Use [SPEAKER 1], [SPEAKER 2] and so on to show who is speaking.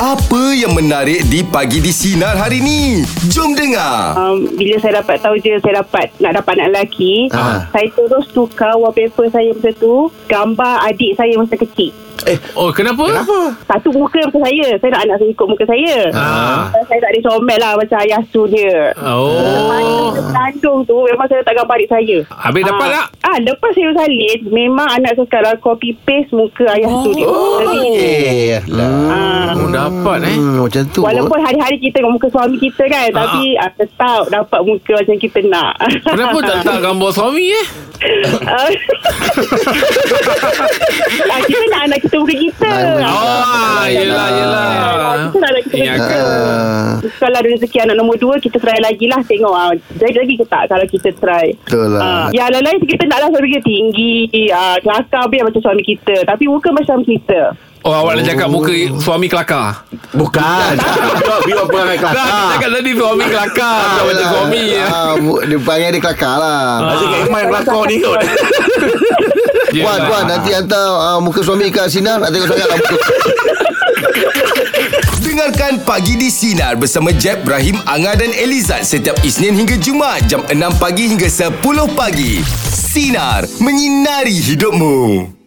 [SPEAKER 1] Apa yang menarik di pagi di sinar hari ni? Jom dengar.
[SPEAKER 2] um, bila saya dapat tahu je saya dapat nak dapat anak lelaki
[SPEAKER 1] Ah.
[SPEAKER 2] saya terus tukar wallpaper saya masa tu gambar adik saya masa kecil
[SPEAKER 3] Oh, kenapa? Kenapa?
[SPEAKER 2] satu muka macam saya saya nak anak saya ikut muka saya
[SPEAKER 3] Ah.
[SPEAKER 2] Dan saya tak ada comel lah macam ayah su dia
[SPEAKER 3] Oh.
[SPEAKER 2] oh. Kandung tu Memang saya letak gambar adik saya
[SPEAKER 3] Habis dapat tak?
[SPEAKER 2] Ah, lepas saya salin Memang anak saya sekarang Copy paste muka ayah oh. tu dia Jadi,
[SPEAKER 4] Eh, lah.
[SPEAKER 2] ah,
[SPEAKER 3] Oh, dapat eh.
[SPEAKER 4] Hmm, macam tu.
[SPEAKER 2] Walaupun hari-hari kita Dengan muka suami kita kan
[SPEAKER 3] Ah.
[SPEAKER 2] Tapi ah, tetap Dapat muka macam kita nak
[SPEAKER 3] Kenapa tak letak gambar suami eh?
[SPEAKER 2] Ah. ah, kita nak anak kita muka kita.
[SPEAKER 4] Ah,
[SPEAKER 3] Oh, yelah, yelah.
[SPEAKER 2] Ah, Kita nak anak kita
[SPEAKER 3] Ini
[SPEAKER 2] muka kita.
[SPEAKER 4] Ah,
[SPEAKER 2] Kalau ada rezeki anak nombor dua Kita try lagi lah Tengok ah. Jadi lagi ke tak Kalau kita try
[SPEAKER 4] Betul lah.
[SPEAKER 2] Ah, Yang lain-lain kita nak lah Suami kita tinggi ah, Kelakar biar macam suami kita Tapi muka macam kita
[SPEAKER 3] Oh, awak dah cakap muka suami kelakar.
[SPEAKER 4] Bukan. Bila perangai
[SPEAKER 3] Dah, dia cakap tadi suami kelakar. Tak macam suami. Ah. ya.
[SPEAKER 4] Ah, bu- dia panggil dia kelakar lah.
[SPEAKER 5] Asyik kat Iman belakang ni kot
[SPEAKER 4] Puan,
[SPEAKER 3] Yelah.
[SPEAKER 4] puan, nanti hantar ah, muka suami kat Sinar. Nak tengok sangat lah muka.
[SPEAKER 1] Dengarkan Pagi di Sinar bersama Jeb, Ibrahim, Anga dan Elizad setiap Isnin hingga Jumaat jam 6 pagi hingga 10 pagi. Sinar, menyinari hidupmu.